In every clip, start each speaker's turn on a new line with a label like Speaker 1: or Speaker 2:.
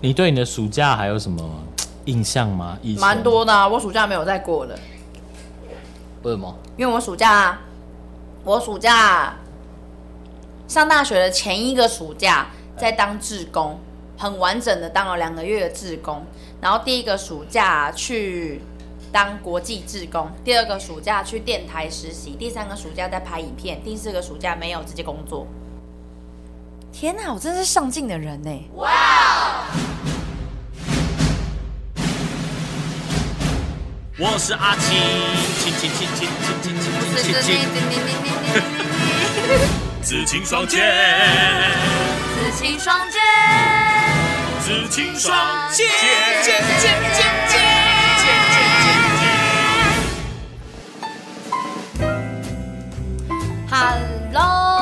Speaker 1: 你对你的暑假还有什么印象吗？以前
Speaker 2: 蛮。多的、啊。我暑假没有再过了，
Speaker 1: 为什么？
Speaker 2: 因为我暑假，我暑假上大学的前一个暑假在当志工，很完整的当了两个月的志工，然后第一个暑假去当国际志工，第二个暑假去电台实习，第三个暑假在拍影片，第四个暑假没有直接工作。天哪，我真是上进的人欸呢、
Speaker 3: 我是阿青，青青青青青青青青青青，紫青双剑，
Speaker 2: 紫青双剑，
Speaker 3: 紫青
Speaker 2: 双
Speaker 3: 双
Speaker 2: 剑
Speaker 3: 剑，
Speaker 2: 剑剑剑剑剑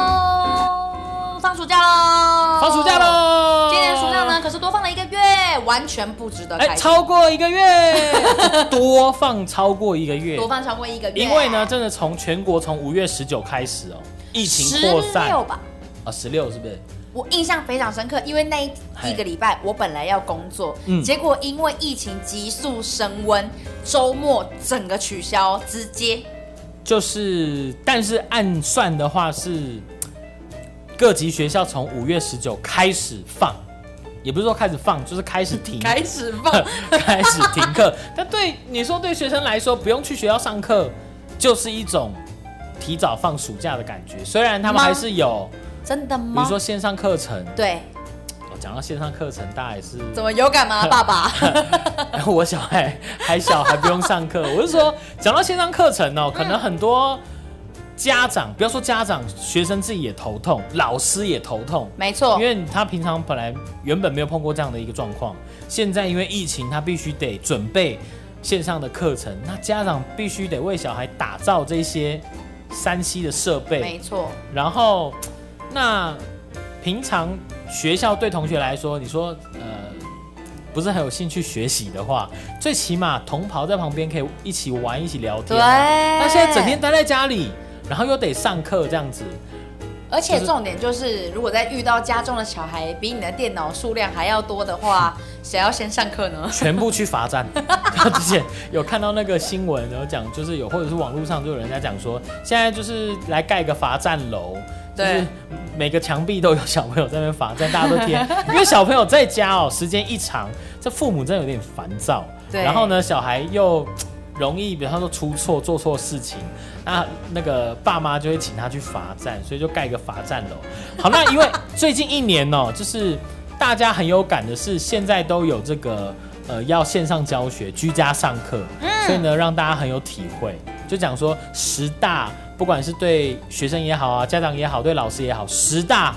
Speaker 2: Hello，放暑假喽！
Speaker 1: 放暑假！喽！
Speaker 2: 今年暑假呢，可是多放了一个月，完全不值得
Speaker 1: 哎、
Speaker 2: 开心。
Speaker 1: 超过一个月，多放超过一个月
Speaker 2: 多，放超过一个月，
Speaker 1: 因为呢，真的从全国从五月十九开始哦，疫情
Speaker 2: 十
Speaker 1: 扩散
Speaker 2: 六吧。
Speaker 1: 啊，十六是不是？
Speaker 2: 我印象非常深刻，因为那一
Speaker 1: 嘿
Speaker 2: 一个礼拜我本来要工作，
Speaker 1: 嗯
Speaker 2: 结果因为疫情急速升温，周末整个取消，直接
Speaker 1: 就是，但是按算的话是各级学校从五月十九开始放，也不是说开始放，就是开始停，
Speaker 2: 开始放。
Speaker 1: 开始停课。但对你说，对学生来说，不用去学校上课，就是一种提早放暑假的感觉。虽然他们
Speaker 2: 吗
Speaker 1: 还是有，
Speaker 2: 真的
Speaker 1: 比
Speaker 2: 吗？
Speaker 1: 如说线上课程，
Speaker 2: 对，
Speaker 1: 我讲到线上课程，大家也是，
Speaker 2: 怎么有 感吗，爸爸？
Speaker 1: 我小孩还小，还不用上课。我是说，讲到线上课程哦，可能很多家长，不要说家长，学生自己也头痛，老师也头痛。
Speaker 2: 没错
Speaker 1: 因，为他平常本来原本没有碰过这样的一个状况，现在因为疫情，他必须得准备线上的课程，那家长必须得为小孩打造这些三 C 的设备
Speaker 2: 没，错，
Speaker 1: 然后那平常学校对同学来说，你说呃不是很有兴趣学习的话，最起码同袍在旁边可以一起玩，一起聊
Speaker 2: 对。
Speaker 1: 天啊。那
Speaker 2: 那
Speaker 1: 现在整天，待在家里，然后又得上课这样子，
Speaker 2: 而且
Speaker 1: 就是
Speaker 2: 重点就是，如果在遇到家中的小孩比你的电脑数量还要多 的话，谁要先上课呢？
Speaker 1: 全部去罚站。之前有看到那个新闻，然后讲就是有，或者是网络上就有人在讲说，现在就是来盖个罚站楼，就是
Speaker 2: 对
Speaker 1: 每个墙壁都有小朋友在那边罚站，大家都贴，因为小朋友在家哦，时间一长，这父母真的有点烦躁。
Speaker 2: 对
Speaker 1: 然后呢，小孩又容易，比方说出错、做错事情，那那个爸妈就会请他去罚站，所以就盖一个罚站楼。 好，那因为最近一年哦、就是大家很有感的是，现在都有这个呃要线上教学、居家上课，
Speaker 2: 嗯
Speaker 1: 所以呢让大家很有体会，就讲说十大，不管是对学生也好啊，家长也好，对老师也好，十大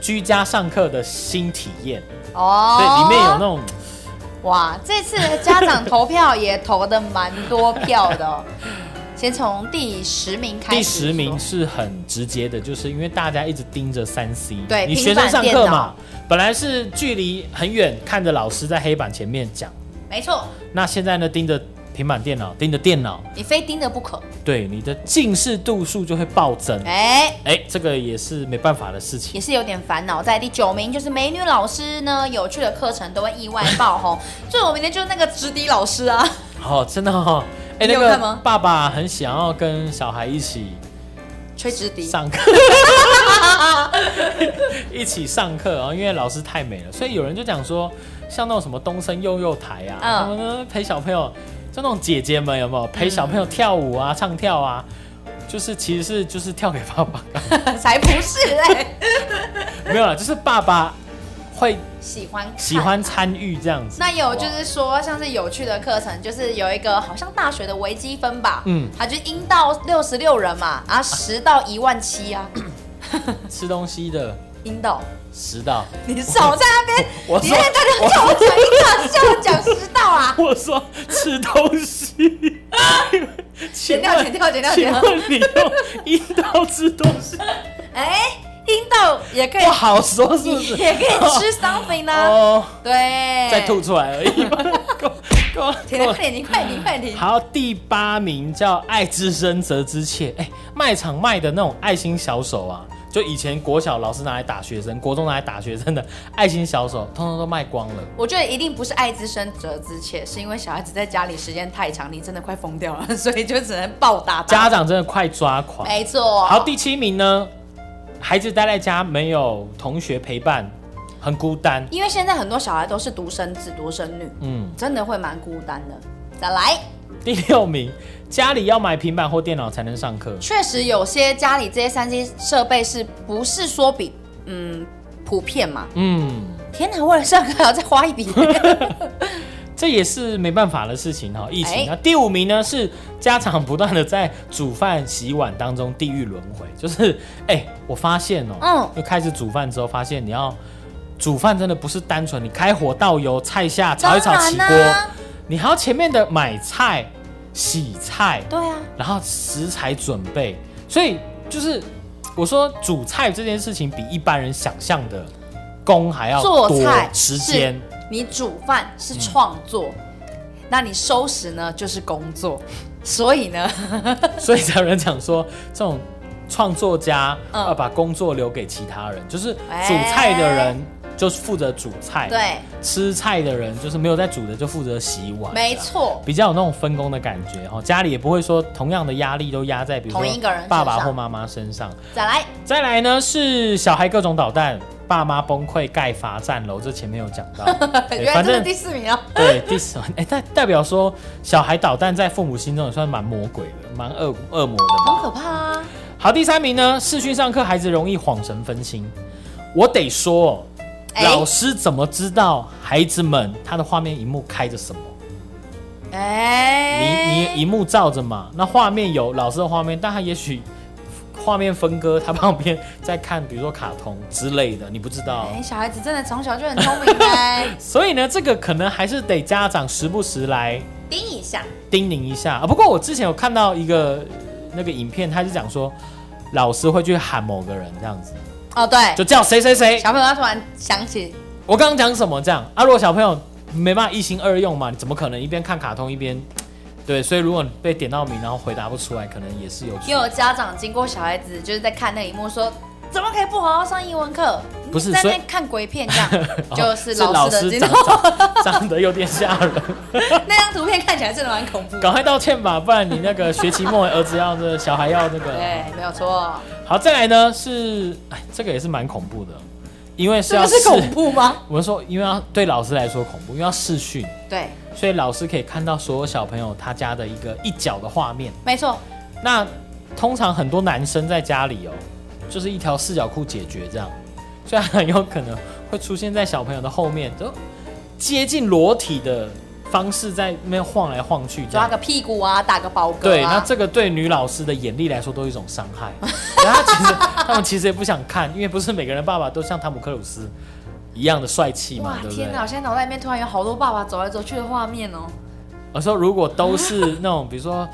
Speaker 1: 居家上课的新体验，
Speaker 2: 哦
Speaker 1: 所以里面有那种。
Speaker 2: 哇，这次的家长投票也投的蛮多票的、 哦，先从第十名开始。
Speaker 1: 第十名，是很直接的，就是因为大家一直盯着三 C，
Speaker 2: 对
Speaker 1: 你
Speaker 2: 平
Speaker 1: 学生
Speaker 2: 板
Speaker 1: 上
Speaker 2: 电
Speaker 1: 课
Speaker 2: 脑
Speaker 1: 嘛，本来是距离很远，看着老师在黑板前面讲，
Speaker 2: 没错，
Speaker 1: 那现在呢盯着平板电脑，盯着电脑，
Speaker 2: 你非盯着不可。
Speaker 1: 对你的近视度数就会暴增，
Speaker 2: 哎、
Speaker 1: 哎，这个也是没办法的事情
Speaker 2: 也。是有点烦恼。在第九名就是美女老师呢，有趣的课程都会意外爆 红，最有名的就是那个直笛老师啊。
Speaker 1: 哦，真的哦，哎，
Speaker 2: 你
Speaker 1: 那
Speaker 2: 有看
Speaker 1: 个
Speaker 2: 吗
Speaker 1: 爸爸很想要跟小孩一起
Speaker 2: 吹直笛，
Speaker 1: 上课， 一起上课啊、因为老师太美了，所以有人就讲说，像那种什么东升幼幼台啊，
Speaker 2: 嗯
Speaker 1: 他们呢陪小朋友，就那种姐姐们有没有陪小朋友跳舞啊、唱跳啊，就是其实是就是跳给爸 爸，
Speaker 2: 才不是哎、
Speaker 1: 没有啦，就是爸爸会
Speaker 2: 喜欢看
Speaker 1: 喜。欢参与这样子。
Speaker 2: 那有
Speaker 1: 好不
Speaker 2: 就
Speaker 1: 好
Speaker 2: 是说，像是有趣的课程，就是有一个好像大学的微积分吧，
Speaker 1: 嗯
Speaker 2: 嗯，它就阴到六十六人嘛，然后十到一万七啊，
Speaker 1: 吃东西的
Speaker 2: 阴到，
Speaker 1: 食道，
Speaker 2: 你少在那边，
Speaker 1: 我
Speaker 2: 你
Speaker 1: 说
Speaker 2: 在那叫我讲阴道，叫我讲食道啊，
Speaker 1: 我说吃东西，
Speaker 2: 剪
Speaker 1: 请
Speaker 2: 掉
Speaker 1: 问
Speaker 2: 剪掉剪掉
Speaker 1: 请
Speaker 2: 剪掉，
Speaker 1: 问你用阴道吃东西？
Speaker 2: 哎，阴道也可以
Speaker 1: 不，好说，是不 是？
Speaker 2: 也可以吃 something 呢、
Speaker 1: 哦，
Speaker 2: 对，
Speaker 1: 再吐出来而已 嘛，够够
Speaker 2: 停了，
Speaker 1: 够
Speaker 2: 快点停，快点停，快点停！
Speaker 1: 好，第八名叫“爱之深，责之切”。哎，卖场卖的那种爱心小手啊，就以前国小老师拿来打学生，国中拿来打学生的爱心小手，通通都卖光了。
Speaker 2: 我觉得一定不是爱之深责之切，是因为小孩子在家里时间太长，你真的快疯掉了，所以就只能暴打
Speaker 1: 家。长真的快抓狂。
Speaker 2: 没错。
Speaker 1: 好，第七名呢，孩子待在家没有同学陪伴，很孤单。
Speaker 2: 因为现在很多小孩都是独生子、独生女，
Speaker 1: 嗯，
Speaker 2: 真的会蛮孤单的。再来，
Speaker 1: 第六名，家里要买平板或电脑才能上课。
Speaker 2: 确实有些家里这些三 C 设备是不是说比嗯普遍嘛？
Speaker 1: 嗯，
Speaker 2: 天哪，为了上课还要再花一笔。
Speaker 1: 这也是没办法的事情哈、疫情。
Speaker 2: 哎
Speaker 1: 那第五名呢是家长不断的在煮饭、洗碗当中地狱轮回，就是哎、我发现哦、
Speaker 2: 嗯
Speaker 1: 就开始煮饭之后，发现你要煮饭真的不是单纯你开火倒油、菜下炒一炒起锅
Speaker 2: 当，然啊
Speaker 1: 你还要前面的买菜、洗菜，
Speaker 2: 对啊，
Speaker 1: 然后食材准备，所以就是我说煮菜这件事情比一般人想象的工还要多
Speaker 2: 做菜
Speaker 1: 时
Speaker 2: 是
Speaker 1: 间。
Speaker 2: 你煮饭是创作，那你收拾呢就是工作， 所以呢，
Speaker 1: 所以才有人讲说，这种创作家
Speaker 2: 嗯
Speaker 1: 要把工作留给其他人，就是
Speaker 2: 哎
Speaker 1: 煮菜的人就是负责煮菜，
Speaker 2: 对，
Speaker 1: 吃菜的人就是没有在煮的就负责洗碗，
Speaker 2: 没错，
Speaker 1: 比较有那种分工的感觉哦。家里也不会说同样的压力都压在比如
Speaker 2: 同一个人
Speaker 1: 说
Speaker 2: 身
Speaker 1: 爸爸
Speaker 2: 上
Speaker 1: 或妈妈身上。
Speaker 2: 再 来，
Speaker 1: 再来呢是小孩各种捣蛋，爸妈崩溃盖罚站楼，这前面有讲到， 哎
Speaker 2: 原来这是第四名啊，
Speaker 1: 对，第四哎、代代表说小孩捣蛋在父母心中也算蛮魔鬼的，蛮恶恶魔的吧。
Speaker 2: 很可怕啊，
Speaker 1: 好，第三名呢，视讯上课孩子容易晃神分心。我得说哦，
Speaker 2: 哎
Speaker 1: 老师怎么知道孩子们他的画面荧幕开着什么？你
Speaker 2: 哎，
Speaker 1: 你荧幕照着嘛，那画面有老师的画面，但他也许画面分割，他旁边在看，比如说卡通之类的，你不知道。
Speaker 2: 哎，小孩子真的从小就很聪明哎，
Speaker 1: 所以呢，这个可能还是得家长时不时来
Speaker 2: 盯一下，
Speaker 1: 叮咛一下啊。不过我之前有看到一个那个影片，他是讲说老师会去喊某个人这样子，
Speaker 2: 哦对，
Speaker 1: 就叫谁谁谁，
Speaker 2: 小朋友他突然想起，
Speaker 1: 我刚刚讲什么这样啊？如果小朋友没办法一心二用嘛，你怎么可能一边看卡通一边对？所以如果你被点到名，然后回答不出来，可能也是有
Speaker 2: 也有家长经过小孩子就是在看那个荧幕说。怎么可以不好好上英文课？
Speaker 1: 不是
Speaker 2: 你在那
Speaker 1: 所以
Speaker 2: 边看鬼片这 样，就是
Speaker 1: 哦老
Speaker 2: 老师的
Speaker 1: 师
Speaker 2: 镜
Speaker 1: 长
Speaker 2: 头。
Speaker 1: 长 长得有点吓人，
Speaker 2: 那张图片看起来真的蛮 恐怖的。
Speaker 1: 赶快道歉吧，不然你那个学期末儿子要这个小孩要那个
Speaker 2: 对，没有错。
Speaker 1: 好。再来呢是哎，这个也是蛮恐怖的，因为是
Speaker 2: 这
Speaker 1: 要
Speaker 2: 个是
Speaker 1: 视
Speaker 2: 恐怖吗？
Speaker 1: 我们说，因为要对老师来说恐怖，因为要视讯，
Speaker 2: 对，
Speaker 1: 所以老师可以看到所有小朋友他家的一个一角的画面。
Speaker 2: 没错。
Speaker 1: 那通常很多男生在家里哦，就是一条四角裤解决这样，所以他很有可能会出现在小朋友的后面，就接近裸体的方式在那边晃来晃去这
Speaker 2: 抓
Speaker 1: 样。
Speaker 2: 个屁股啊，打个饱嗝、啊。
Speaker 1: 对，那这个对女老师的眼力来说都是一种伤害。 然后他其实他们其实也不想看，因为不是每个人爸爸都像汤姆克鲁斯一样的帅气嘛
Speaker 2: 哇，，
Speaker 1: 对不对
Speaker 2: 天？哪！我现在脑袋里面突然有好多爸爸走来走去的画面哦。
Speaker 1: 我说如果都是那种 比如说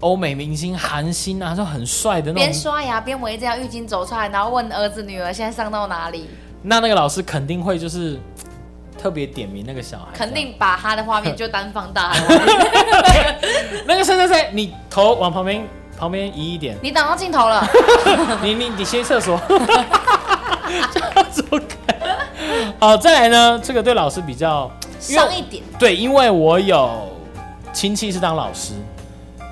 Speaker 1: 欧美明星、韩星啊，就很帅的那
Speaker 2: 边
Speaker 1: 种
Speaker 2: 刷牙边围着条浴巾走出来，然后问儿子女儿现在上到 哪里，
Speaker 1: 那那个老师肯定会就是特别点名那个小孩，
Speaker 2: 肯定把他的画面就单放大 了。
Speaker 1: 这样那个谁谁谁，你头往旁边旁边移一
Speaker 2: ，
Speaker 1: 点
Speaker 2: 你挡到镜头了，
Speaker 1: 你你你先去厕所，走开。好，再来呢，这个对老师比较，因为
Speaker 2: 上一点。
Speaker 1: 对，因为我有亲戚是当老师。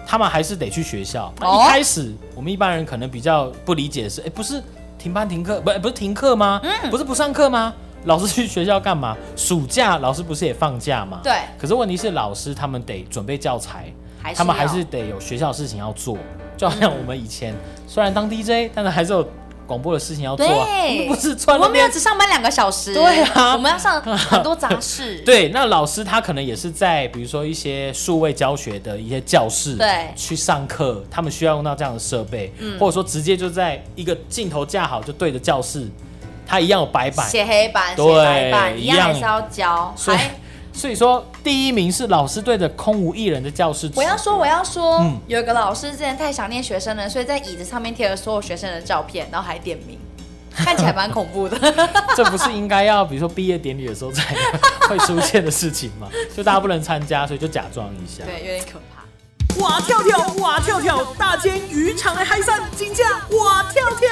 Speaker 1: 他们还是得去学校。
Speaker 2: 哦
Speaker 1: 一开始我们一般人可能比较不理解的是，哎、不是停班停课，不不是停课吗？
Speaker 2: 嗯
Speaker 1: 不是不上课吗？老师去学校干嘛？暑假老师不是也放假吗？
Speaker 2: 对，
Speaker 1: 可是问题是，老师他们得准备教材，
Speaker 2: 还是
Speaker 1: 他们还
Speaker 2: 要
Speaker 1: 是得有学校的事情要做。就好像我们以前虽然当 DJ，但是还是有广播的事情要做、啊，我们
Speaker 2: 对，
Speaker 1: 不是穿
Speaker 2: 我
Speaker 1: 那
Speaker 2: 们没有
Speaker 1: 边。
Speaker 2: 只上班两个小时。
Speaker 1: 对啊
Speaker 2: 我们要上很多杂事。
Speaker 1: 对，那老师他可能也是在比如说一些数位教学的一些教室，
Speaker 2: 对嗯
Speaker 1: 去上课，他们需要用到这样的设备，或者说直接就在一个镜头架好，就对着教室，他一样有白板。
Speaker 2: 写黑板，写
Speaker 1: 对
Speaker 2: 白板，一
Speaker 1: 一
Speaker 2: 样
Speaker 1: 样
Speaker 2: 还是要教。
Speaker 1: 所以
Speaker 2: 还，
Speaker 1: 所以说第一名是老师对着空无一人的教室指，
Speaker 2: 我要说，我要说，
Speaker 1: 嗯
Speaker 2: 有一个老师之前太想念学生了，所以在椅子上面贴了所有学生的照片，然后还点名，看起来蛮恐 怖的。
Speaker 1: 这不是应该要比如说毕业典礼的时候 才会出现的事情吗？就大家不能参加，所以就假装一下。
Speaker 2: 对，有点可怕。
Speaker 4: 哇跳跳，哇跳跳，大间渔场的海产金价哇跳跳。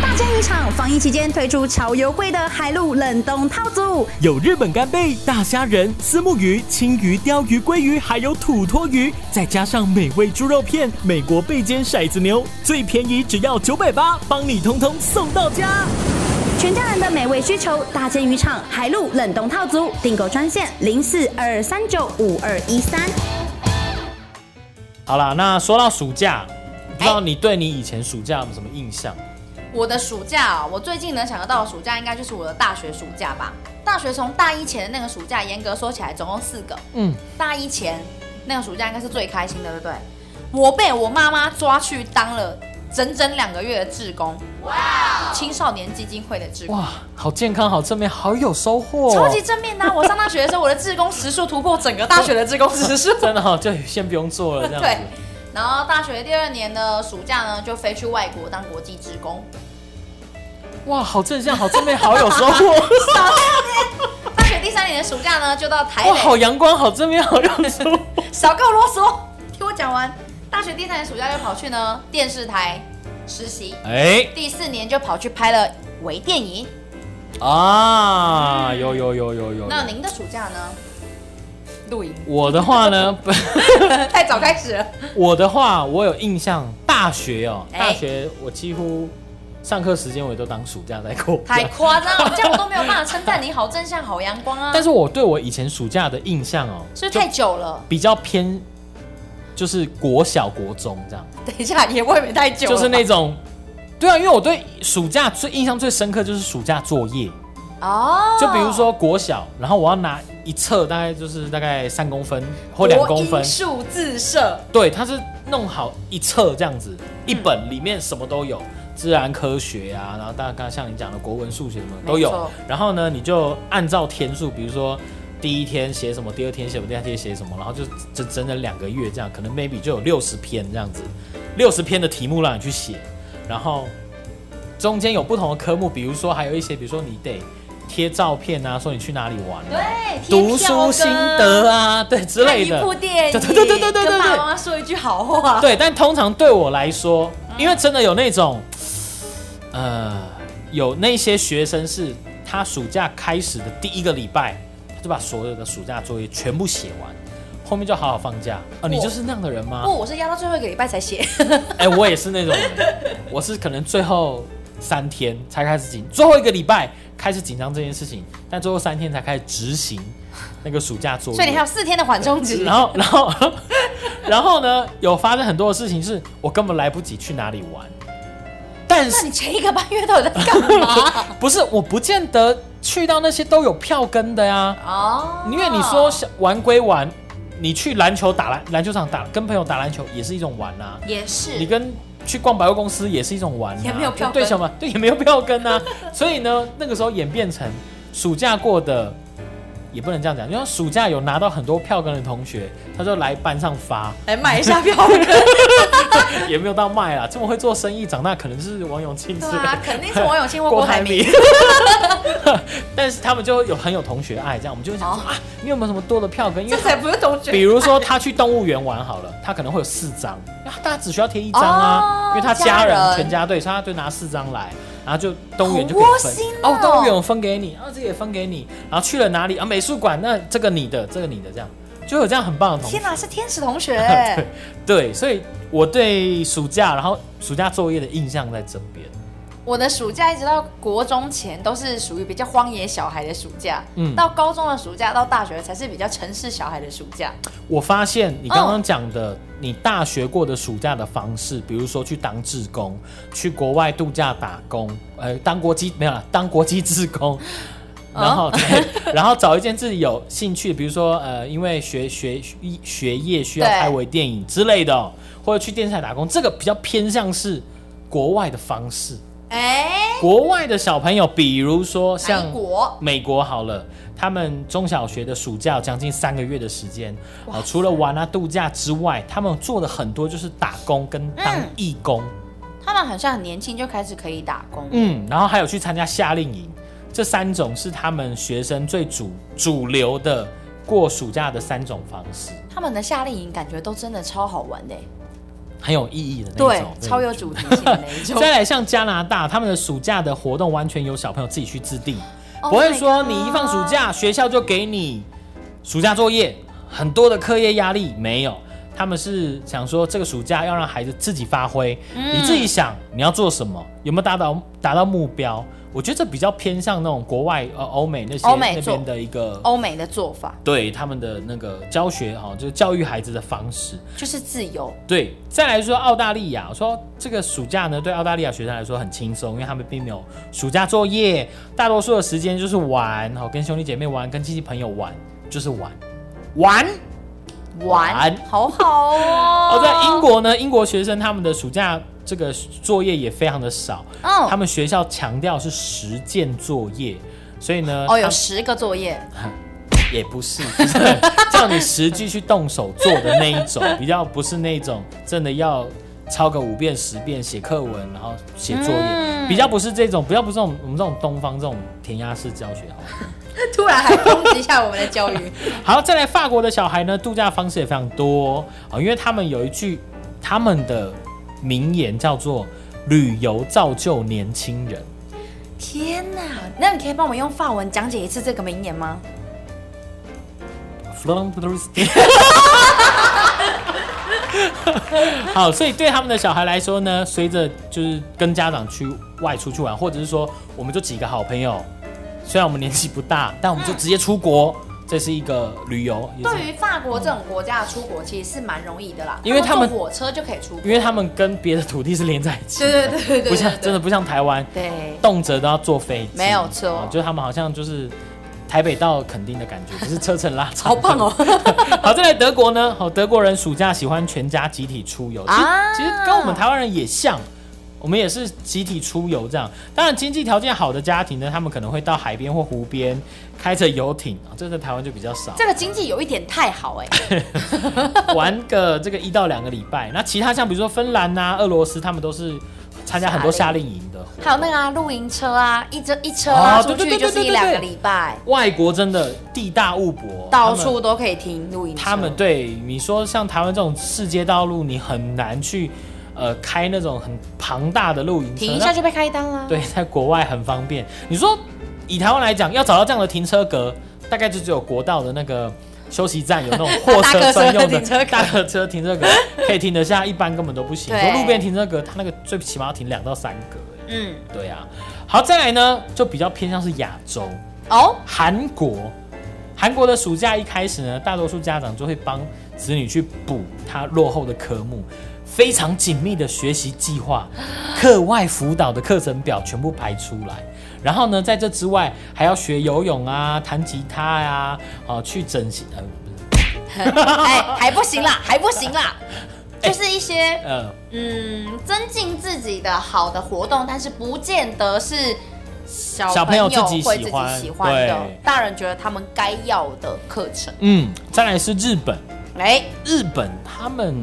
Speaker 5: 大间渔场防疫期间推出超优惠的海陆冷冻套组，
Speaker 4: 有日本干贝、大虾仁、丝木鱼、青鱼、鲷鱼、鲑鱼，还有土托鱼，再加上美味猪肉片、美国贝煎骰子牛，最便宜只要九百八，帮你通通送到家。
Speaker 5: 全家人的美味需求，大间渔场海陆冷冻套组订购专线零四二三九五二一三。
Speaker 1: 好啦，那说到暑假，不知
Speaker 2: 哎
Speaker 1: 道你对你以前暑假有什么印象？
Speaker 2: 我的暑假啊、我最近能想得到的暑假应该就是我的大学暑假吧。大学从大一前的那个暑假，严格说起来总共四个。
Speaker 1: 嗯，
Speaker 2: 大一前那个暑假应该是最开心的，对不对？我被我妈妈抓去当了整整两个月的志工，哇！哦青少年基金会的志工，
Speaker 1: 哇，好健康，好正面，好有收获、哦，
Speaker 2: 超级正面的啊、我上大学的时候，我的志工时数突破整个大学的志工时数。
Speaker 1: 真的哈、哦，就先不用做了这样
Speaker 2: 对
Speaker 1: 子。，
Speaker 2: 然后大学第二年的暑假呢，就飞去外国当国际职工。
Speaker 1: 哇，好正向，好正面，好有 收获。
Speaker 2: 大学第三年的暑假呢，就到台
Speaker 1: 哇，好
Speaker 2: 北。
Speaker 1: 阳光，好正面，好有收 获。
Speaker 2: 少跟我啰嗦，听我讲完。大学第三年暑假就跑去呢电视台实习，
Speaker 1: 哎、
Speaker 2: 第四年就跑去拍了微电影。
Speaker 1: 啊，有有有有有。
Speaker 2: 那您的暑假呢？露 营，
Speaker 1: 我的话呢， 不
Speaker 2: 太早开始了。
Speaker 1: 我的话，我有印象，大学哦，
Speaker 2: 哎
Speaker 1: 大学我几乎上课时间我也都当暑假在过。
Speaker 2: 太夸张了，这样我都没有办法称赞你好正向、好阳光啊。
Speaker 1: 但
Speaker 2: 是
Speaker 1: 是我对我以前暑假的印象哦，
Speaker 2: 不是太久了？
Speaker 1: 比较偏，就是国小、国中这样，
Speaker 2: 等一下，也未免太久了
Speaker 1: 就
Speaker 2: 吧。
Speaker 1: 是那种，对啊，因为我对暑假最印象最深刻就是暑假作业，
Speaker 2: 哦，
Speaker 1: 就比如说国小，然后我要拿一册，大概就是大概三公分或两公
Speaker 2: 国
Speaker 1: 分
Speaker 2: 音，数字社，
Speaker 1: 对，它是弄好一册这样子，一本里面什么都
Speaker 2: 嗯
Speaker 1: 有，自然科学啊，然后大概像你讲的国文、数学什么都
Speaker 2: 没
Speaker 1: 有
Speaker 2: 错。
Speaker 1: 然后呢，你就按照天数，比如说第一天写什么，第二天写什么，第三天写什么，然后就整整整两个月这样，可能 maybe 就有六十篇这样子，六十篇的题目让你去写，然后中间有不同的科目，比如说还有一些，比如说你得贴照片啊，说你去哪里玩、啊。
Speaker 2: 对，
Speaker 1: 读书心得
Speaker 2: 啊
Speaker 1: 啊，对之类的，
Speaker 2: 一部电
Speaker 1: 对
Speaker 2: 影，
Speaker 1: 对对对对对
Speaker 2: 跟
Speaker 1: 对
Speaker 2: 爸
Speaker 1: 对
Speaker 2: 爸妈妈说一句好 话。
Speaker 1: 对，但通常对我来说，
Speaker 2: 嗯
Speaker 1: 因为真的有那种，呃，有那些学生是他暑假开始的第一个礼拜，他就把所有的暑假作业全部写完，后面就好好放假。啊、你就是那样的人吗
Speaker 2: 不，？我是压到最后一个礼拜才写。
Speaker 1: 哎、我也是那种人，我是可能最后三天才开始紧，最后一个礼拜开始紧张这件事情，但最后三天才开始执行那个暑假作业。
Speaker 2: 所以你还有四天的缓冲期。
Speaker 1: 然后，然后，然后呢？有发生很多的事情，是我根本来不及去哪里玩。但
Speaker 2: 那
Speaker 1: 是
Speaker 2: 你前一个半月到底在干 嘛？
Speaker 1: 不是我不见得去到那些都有票根的呀？
Speaker 2: 哦，
Speaker 1: 因为你说小玩归玩，你去篮球打篮篮球场打跟朋友打篮球也是一种玩呐、
Speaker 2: 也是，
Speaker 1: 你跟去逛百货公司也是一种玩、啊，
Speaker 2: 也没有票根
Speaker 1: 对什么？对，也没有票根啊。所以呢，那个时候演变成暑假过的，也不能这样讲，因为暑假有拿到很多票根的同学，他就来班上发，
Speaker 2: 来买一 下票根。
Speaker 1: 也没有到卖啦，这么会做生意，长大可能是王永庆之
Speaker 2: 对
Speaker 1: 类
Speaker 2: 啊
Speaker 1: 的，，
Speaker 2: 肯定是王永庆或郭台铭。。
Speaker 1: 但是他们就有很有同学爱，这样我们就会想说、
Speaker 2: 哦
Speaker 1: 啊，你有没有什么多的票根？因为
Speaker 2: 这才不是同学。
Speaker 1: 比如说他去动物园玩好了，他可能会有四张，啊大家只需要贴一张啊，
Speaker 2: 哦
Speaker 1: 因为他家人
Speaker 2: 家人
Speaker 1: 全家对，所以他就拿四张来，然后就动物园就可
Speaker 2: 好窝
Speaker 1: 以分
Speaker 2: 心哦
Speaker 1: 哦，动物园我分给你，啊这个也分给你，然后去了哪里啊美术馆，那这个你的，这个你的，这样就有这样很棒的同学
Speaker 2: 天。哪，是天使同 学。
Speaker 1: 对，所以我对暑假，然后暑假作业的印象在这边。
Speaker 2: 我的暑假一直到国中前都是属于比较荒野小孩的暑假，
Speaker 1: 嗯
Speaker 2: 到高中的暑假，到大学才是比较城市小孩的暑假。
Speaker 1: 我发现你刚刚讲的，你大学过的暑假的方式，比如说去当志工，去国外度假打工，呃，当国际没有啦，当国际志工，然后、对，然后找一件自己有兴趣，比如说呃，因为学学学学业需要
Speaker 2: 对
Speaker 1: 拍微电影之类的哦、或者去电视台打工，这个比较偏向是国外的方式。
Speaker 2: 哎，
Speaker 1: 国外的小朋友，比如说
Speaker 2: 哪
Speaker 1: 像
Speaker 2: 一国？
Speaker 1: 美国好了，他们中小学的暑假有将近三个月的时间，呃，除了玩啊度假之外，他们做的很多就是打工跟当
Speaker 2: 嗯
Speaker 1: 义工，
Speaker 2: 他们好像很年轻就开始可以打工。
Speaker 1: 嗯然后还有去参加夏令营，这三种是他们学生最主主流的过暑假的三种方式，
Speaker 2: 他们的夏令营感觉都真的超好玩的欸，
Speaker 1: 很有意义的那
Speaker 2: 对
Speaker 1: 种，，
Speaker 2: 超有主题性的一 种。
Speaker 1: 再来像加拿大，他们的暑假的活动完全由小朋友自己去制定，
Speaker 2: Oh
Speaker 1: 不会
Speaker 2: my
Speaker 1: 说
Speaker 2: God
Speaker 1: 你一放暑假，学校就给你暑假作业，很多的课业压力没有。他们是想说，这个暑假要让孩子自己发挥，
Speaker 2: 嗯
Speaker 1: 你自己想你要做什么，有没有达到达到目标？我觉得这比较偏向那种国外呃欧美那些
Speaker 2: 欧美
Speaker 1: 那
Speaker 2: 做
Speaker 1: 边的一个
Speaker 2: 欧美的做法
Speaker 1: 对他们的那个教学哦，就是教育孩子的方式。
Speaker 2: 就是自由，
Speaker 1: 对，再来说澳大利亚，我说这个暑假呢，对澳大利亚学生来说很轻松，因为他们并没有暑假作业，大多数的时间就是玩，好跟兄弟姐妹玩，跟亲戚朋友玩，就是玩玩。
Speaker 2: 玩
Speaker 1: 玩
Speaker 2: 好好 哦。
Speaker 1: 哦，在英，国呢，英国学生他们的暑假这个作业也非常的少，
Speaker 2: 嗯
Speaker 1: 他们学校强调是实践作业，所以呢，
Speaker 2: 哦，有
Speaker 1: 他
Speaker 2: 十个作业，
Speaker 1: 也不是， 就是很叫你实际去动手做的那一种，比较不是那种真的要抄个五遍十遍写课文，然后写作业，比较不是这种，比较不是这种我们这种东方这种填鸭式教学好。
Speaker 2: 突然还抨击一下我们的教育，
Speaker 1: 好，再来法国的小孩呢，度假方式也非常多啊、因为他们有一句他们的名言叫做“旅游造就年轻人
Speaker 2: 天哪！那你可以帮我们用法文讲解一次这个名言吗？”
Speaker 1: 好，所以对他们的小孩来说呢，随着就是跟家长去外出去玩，或者是说，我们就几个好朋友，虽然我们年纪不大，但我们就直接出国，这是一个旅游，也是
Speaker 2: 对于法国这种国家的出国，其实是蛮容易的啦，
Speaker 1: 因为他们
Speaker 2: 坐火车就可以出国。
Speaker 1: 因为他们跟别的土地是连在一起的，
Speaker 2: 对对对对对
Speaker 1: 不像
Speaker 2: 对
Speaker 1: 真的不像台湾，
Speaker 2: 对，
Speaker 1: 动辄都要坐飞机，
Speaker 2: 没有错
Speaker 1: 啊就是他们好像就是台北到垦丁的感觉，只是车程拉长，
Speaker 2: 好棒哦！
Speaker 1: 好，再来德国呢？好，德国人暑假喜欢全家集体出游，其实、
Speaker 2: 啊
Speaker 1: 其实跟我们台湾人也像，我们也是集体出游这样。当然，经济条件好的家庭呢，他们可能会到海边或湖边开着游艇啊，这在台湾就比较少，
Speaker 2: 这个经济有一点太 好哎、
Speaker 1: 玩个这个一到两个礼拜。那其他像比如说芬兰呐、俄罗斯，他们都是参加很多夏令营的活动。
Speaker 2: 还有那个啊，露营车啊，一车一车啊，
Speaker 1: 哦
Speaker 2: 出
Speaker 1: 对
Speaker 2: 去
Speaker 1: 对对
Speaker 2: 就是一
Speaker 1: 对对对
Speaker 2: 两个礼拜，
Speaker 1: 外国真的地大物博，
Speaker 2: 到
Speaker 1: 他们
Speaker 2: 处都可以停露营车。
Speaker 1: 他们对你说，像台湾这种世界道路，你很难去呃开那种很庞大的露营车，
Speaker 2: 停一下就被开单啦。
Speaker 1: 那对，在国外很方便。你说以台湾来讲，要找到这样的停车格，大概就只有国道的那个休息站有那种货
Speaker 2: 大客
Speaker 1: 车
Speaker 2: 车
Speaker 1: 专用
Speaker 2: 停车
Speaker 1: 的
Speaker 2: 格
Speaker 1: 大客车停车格可以停得下，一般根本都不行。
Speaker 2: 对
Speaker 1: 你说路边停车格，它那个最起码要停两到三格。欸
Speaker 2: 嗯，
Speaker 1: 对啊，好，再来呢，就比较偏向是亚洲。
Speaker 2: 哦，
Speaker 1: 韩国，韩国的暑假一开始呢，大多数家长就会帮子女去补他落后的科目，非常紧密的学习计划、课外辅导的课程表全部排出来。然后呢，在这之外还要学游泳啊、弹吉他呀、啊，哦、去整形，呃，不
Speaker 2: 哎，还不行啦，还不行啦，就是一些
Speaker 1: 是呃，
Speaker 2: 嗯，增进自己的好的活动，但是不见得是小
Speaker 1: 小朋
Speaker 2: 友
Speaker 1: 友自
Speaker 2: 会自
Speaker 1: 己
Speaker 2: 己
Speaker 1: 喜
Speaker 2: 喜
Speaker 1: 欢
Speaker 2: 欢的
Speaker 1: 对，
Speaker 2: 大人觉得他们该要的课程。
Speaker 1: 嗯，再来是日本，
Speaker 2: 哎，
Speaker 1: 日本他们，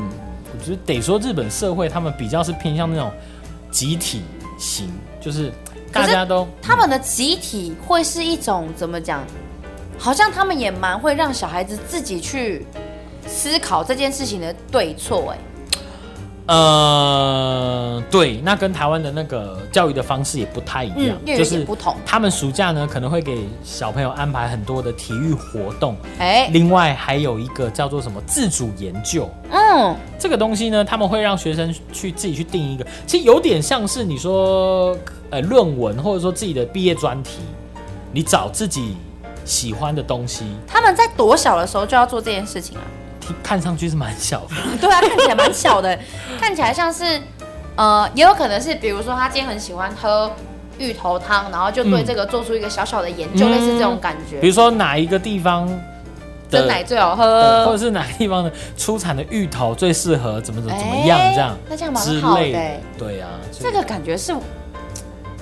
Speaker 1: 我觉得得说日本社会他们比较是偏向那种集体型，就是大家都
Speaker 2: 他们的集体会是一种怎么讲？好像他们也蛮会让小孩子自己去思考这件事情的对错。哎，
Speaker 1: 呃，对，那跟台湾的那个教育的方式也不太一样
Speaker 2: 嗯，又有点不同
Speaker 1: 他们暑假呢，可能会给小朋友安排很多的体育活动，
Speaker 2: 哎，
Speaker 1: 另外还有一个叫做什么自主研究。
Speaker 2: 嗯，
Speaker 1: 这个东西呢，他们会让学生去自己去定一个，其实有点像是你说呃论文或者说自己的毕业专题，你找自己喜欢的东西，
Speaker 2: 他们在多小的时候就要做这件事情啊？
Speaker 1: 听看上去是蛮小的，
Speaker 2: 对啊，看起来蛮小的， 看起来像是，呃，也有可能是，比如说他今天很喜欢喝芋头汤，然后就对
Speaker 1: 嗯
Speaker 2: 这个做出一个小小的研究，类似这种感
Speaker 1: 比
Speaker 2: 觉。
Speaker 1: 如说哪一个地方
Speaker 2: 真奶最好
Speaker 1: 呃，或者
Speaker 2: 喝，
Speaker 1: 是哪个地方的出产的芋头最适合怎么怎么怎么
Speaker 2: 哎
Speaker 1: 样这样，
Speaker 2: 那这样蛮
Speaker 1: 之
Speaker 2: 好的
Speaker 1: 类
Speaker 2: 哎
Speaker 1: 对啊，所
Speaker 2: 这
Speaker 1: 以
Speaker 2: 个感觉是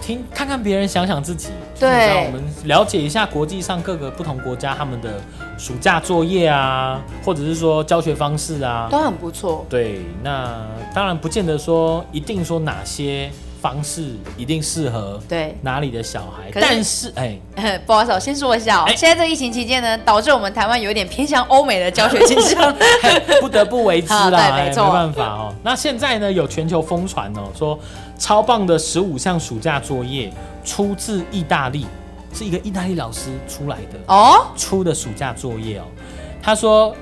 Speaker 1: 听看看别人，想想自己，
Speaker 2: 对
Speaker 1: 就是让我们了解一下国际上各个不同国家他们的暑假作业啊，或者是说教学方式啊，
Speaker 2: 都很不错。
Speaker 1: 对，那当然不见得说一定说哪些方式一定适合
Speaker 2: 对
Speaker 1: 哪里的小孩，
Speaker 2: 可是
Speaker 1: 但是哎，
Speaker 2: 不好意思，我先说一下哦、
Speaker 1: 哎
Speaker 2: 现在这疫情期间呢，导致我们台湾有点偏向欧美的教学倾 向。
Speaker 1: 嘿不得不为之啦，
Speaker 2: 啊对
Speaker 1: 哎
Speaker 2: 没错
Speaker 1: 办法哦。那现在呢，有全球疯传哦，说超棒的十五项暑假作业出自意大利，是一个意大利老师出来的
Speaker 2: 哦，
Speaker 1: 出的暑假作业哦。他说，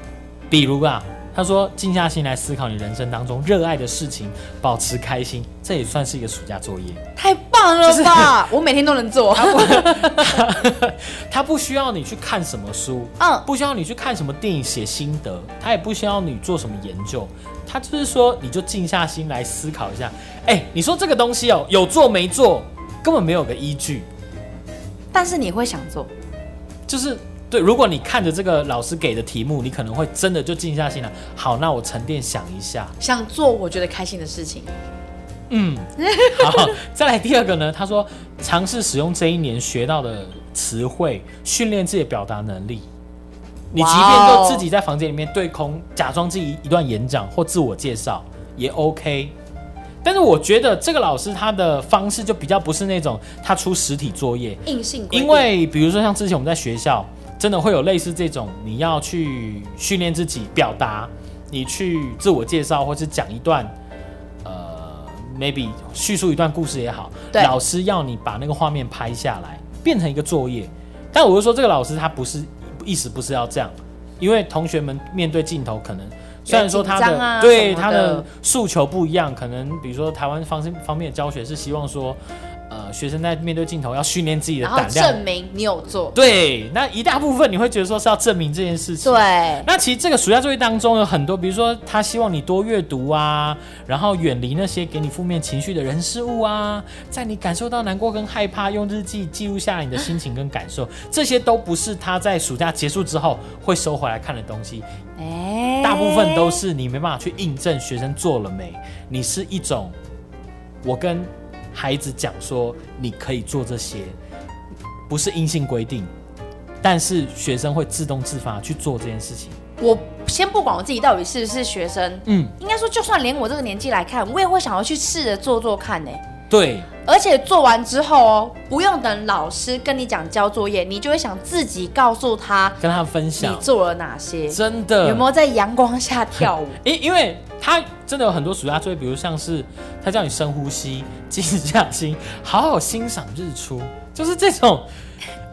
Speaker 1: 比如啊，他说静下心来思考你人生当中热爱的事情，保持开心，这也算是一个暑假作业。
Speaker 2: 太棒了吧！ 我每天都 能做。
Speaker 1: 他不需要你去看什么书，
Speaker 2: 嗯
Speaker 1: 不需要你去看什么电影写心得，他也不需要你做什么研究，他就是说你就静下心来思考一下。哎、你说这个东西哦，有做没做，根本没有个依据，
Speaker 2: 但是你会想做，
Speaker 1: 就是。对，如果你看着这个老师给的题目，你可能会真的就静下心来。好，那我沉淀想一下，
Speaker 2: 想做我觉得开心的事情。
Speaker 1: 嗯，好，再来第二个呢？他说尝试使用这一年学到的词汇，训练自己的表达能力。你即便
Speaker 2: 哇哦
Speaker 1: 就自己在房间里面对空，假装自己一段演讲或自我介绍也 OK。但是我觉得这个老师他的方式就比较不是那种他出实体作业，
Speaker 2: 硬性规定
Speaker 1: 因为比如说像之前我们在学校，真的会有类似这种，你要去训练自己表达，你去自我介绍或是讲一段，呃，maybe 叙述一段故事也好，
Speaker 2: 对
Speaker 1: 老师要你把那个画面拍下来，变成一个作业。但我是说，这个老师他不是意思不是要这样，因为同学们面对镜头可能。虽然说他
Speaker 2: 紧
Speaker 1: 的、
Speaker 2: 张啊
Speaker 1: 对
Speaker 2: 什么的
Speaker 1: 他的诉求不一样，可能比如说台湾方方面的教学是希望说，呃，学生在面对镜头要训练自己的
Speaker 2: 然后
Speaker 1: 胆量，
Speaker 2: 证明你有做。
Speaker 1: 对，那一大部分你会觉得说是要证明这件事情。。
Speaker 2: 对，
Speaker 1: 那其实这个暑假作业当中有很多，比如说他希望你多阅读啊，然后远离那些给你负面情绪的人事物啊，在你感受到难过跟害怕，用日记记录下你的心情跟感受，这些都不是他在暑假结束之后会收回来看的东西，
Speaker 2: 哎
Speaker 1: 大部分都是你没办法去印证学生做了没，你是一种，我跟孩子讲说你可以做这些，不是硬性规定，但是学生会自动自发去做这件事情。
Speaker 2: 我哎先不管我自己到底是不是学生，
Speaker 1: 嗯，
Speaker 2: 应该说就算连我这个年纪来看，我也会想要去试着做做看呢、
Speaker 1: 对，
Speaker 2: 而且做完之后哦，不用等老师跟你讲交作业，你就会想自己告诉他
Speaker 1: 跟他们分
Speaker 2: 你
Speaker 1: 享，
Speaker 2: 做了哪些，
Speaker 1: 真的
Speaker 2: 有没有在阳光下 跳舞？
Speaker 1: 因因为他真的有很多暑假作业，比如像是他叫你深呼吸、静下心，好好欣赏日出，就是这种，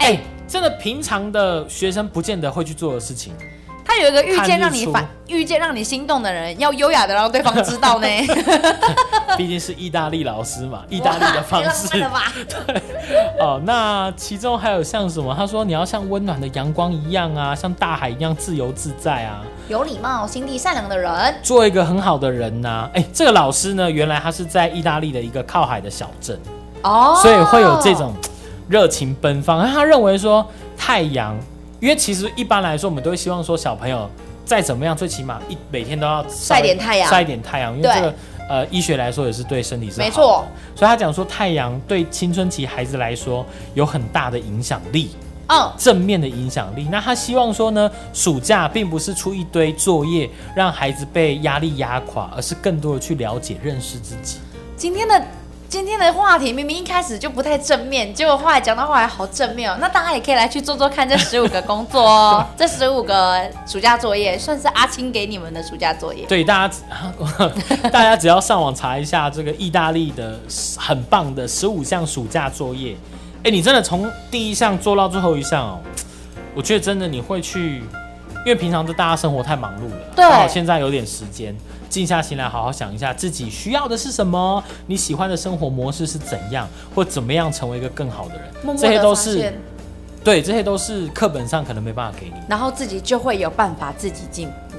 Speaker 1: 哎、真的平常的学生不见得会去做的事情。
Speaker 2: 他有一个遇见
Speaker 1: 看日
Speaker 2: 让你
Speaker 1: 出
Speaker 2: 反遇见让你心动的人，要优雅的让对方知道呢。
Speaker 1: 毕竟是意大利老师嘛， 意大利的方
Speaker 2: 哇
Speaker 1: 式
Speaker 2: 你浪漫了吧？
Speaker 1: 哦。那其中还有像什么？他说你要像温暖的阳光一样啊，像大海一样自由自在啊，
Speaker 2: 有礼貌、心地善良 的人，
Speaker 1: 做一个很好的人呐、哎、这个老师呢，原来他是在意大利的一个靠海的小镇，
Speaker 2: 哦，
Speaker 1: 所以会有这种热情奔放。然后他认为说太阳，因为其实一般来说，我们都会希望说小朋友再怎么样，最起码一每天都要晒
Speaker 2: 晒点太阳
Speaker 1: 晒一点太阳，因为
Speaker 2: 对
Speaker 1: 这个呃医学来说也是对身体是好的
Speaker 2: 没错。
Speaker 1: 所以他讲说，太阳对青春期孩子来说有很大的影响力，
Speaker 2: 嗯，
Speaker 1: 正面的影响力。那他希望说呢，暑假并不是出一堆作业让孩子被压力压垮，而是更多的去了解、认识自己。
Speaker 2: 今天的。今天的话题明明一开始就不太正面，结果后来讲到后来好正面哦。那大家也可以来去做做看这十五个工 作哦，这十五个暑假作业算是阿青给你们的暑假作业。
Speaker 1: 对大家， 大家只要上网查一下这个意大利的很棒的十五项暑假作业。哎、你真的从第一项做到最后一项哦，我觉得真的你会去，因为平常就大家生活太忙碌了，
Speaker 2: 对
Speaker 1: 刚好现在有点时间，静下心来好好想一下自己需要的是什么，你喜欢的生活模式是怎样，或怎么样成为一个更好的人，
Speaker 2: 默默
Speaker 1: 这些
Speaker 2: 的
Speaker 1: 都
Speaker 2: 发
Speaker 1: 是
Speaker 2: 现，
Speaker 1: 对，这些都是课本上可能没办法给你。
Speaker 2: 然后自己就会有办法自己进步。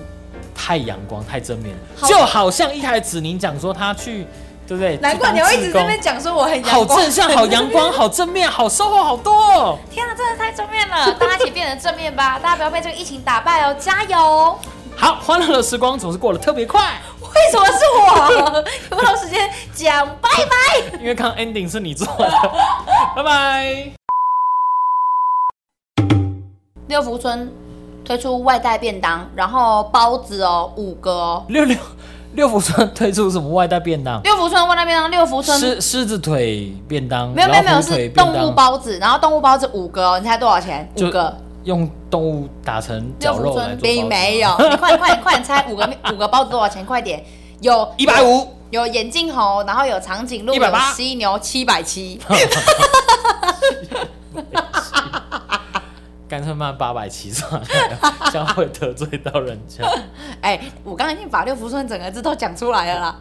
Speaker 1: 太阳光、太正面了，
Speaker 2: 好
Speaker 1: 就好像一开始您讲说他去，对不对？
Speaker 2: 难怪
Speaker 1: 去当
Speaker 2: 你会一
Speaker 1: 志
Speaker 2: 直
Speaker 1: 工
Speaker 2: 在那边讲说我很阳
Speaker 1: 好
Speaker 2: 光，
Speaker 1: 正向、好阳光、好正面、好收获好多、哦。
Speaker 2: 天啊，真的太正面了！大家一起变得正面吧，大家不要被这个疫情打败哦，加油！
Speaker 1: 好，欢乐的时光总是过得特别快，
Speaker 2: 为什么是我？有没有时间讲拜拜？
Speaker 1: 因为刚刚 ending 是你做 的，拜拜。
Speaker 2: 六福村推出外带便当，然后包子哦，五个哦，
Speaker 1: 六六六福村推出什么外带便当？
Speaker 2: 六福村外那边当六福村
Speaker 1: 狮狮子腿便当，
Speaker 2: 没有没有没有
Speaker 1: 老虎腿
Speaker 2: 是
Speaker 1: 便当
Speaker 2: 动物，包子，然后动物包子五个哦，你猜多少钱？
Speaker 1: 就
Speaker 2: 五个。
Speaker 1: 用动物打成绞
Speaker 2: 六福
Speaker 1: 肉来做
Speaker 2: 村
Speaker 1: 包
Speaker 2: 并
Speaker 1: 子
Speaker 2: 没有，你快点快点快点猜五个面五个包子多少钱？快点，有
Speaker 1: 一百五，
Speaker 2: 有眼镜猴，然后有长颈鹿，有
Speaker 1: 180
Speaker 2: 犀牛，七百七，
Speaker 1: 干脆卖八百七算 了，这样会得罪到人家。
Speaker 2: 哎，我刚刚已经把六福村整个字都讲出来了啦。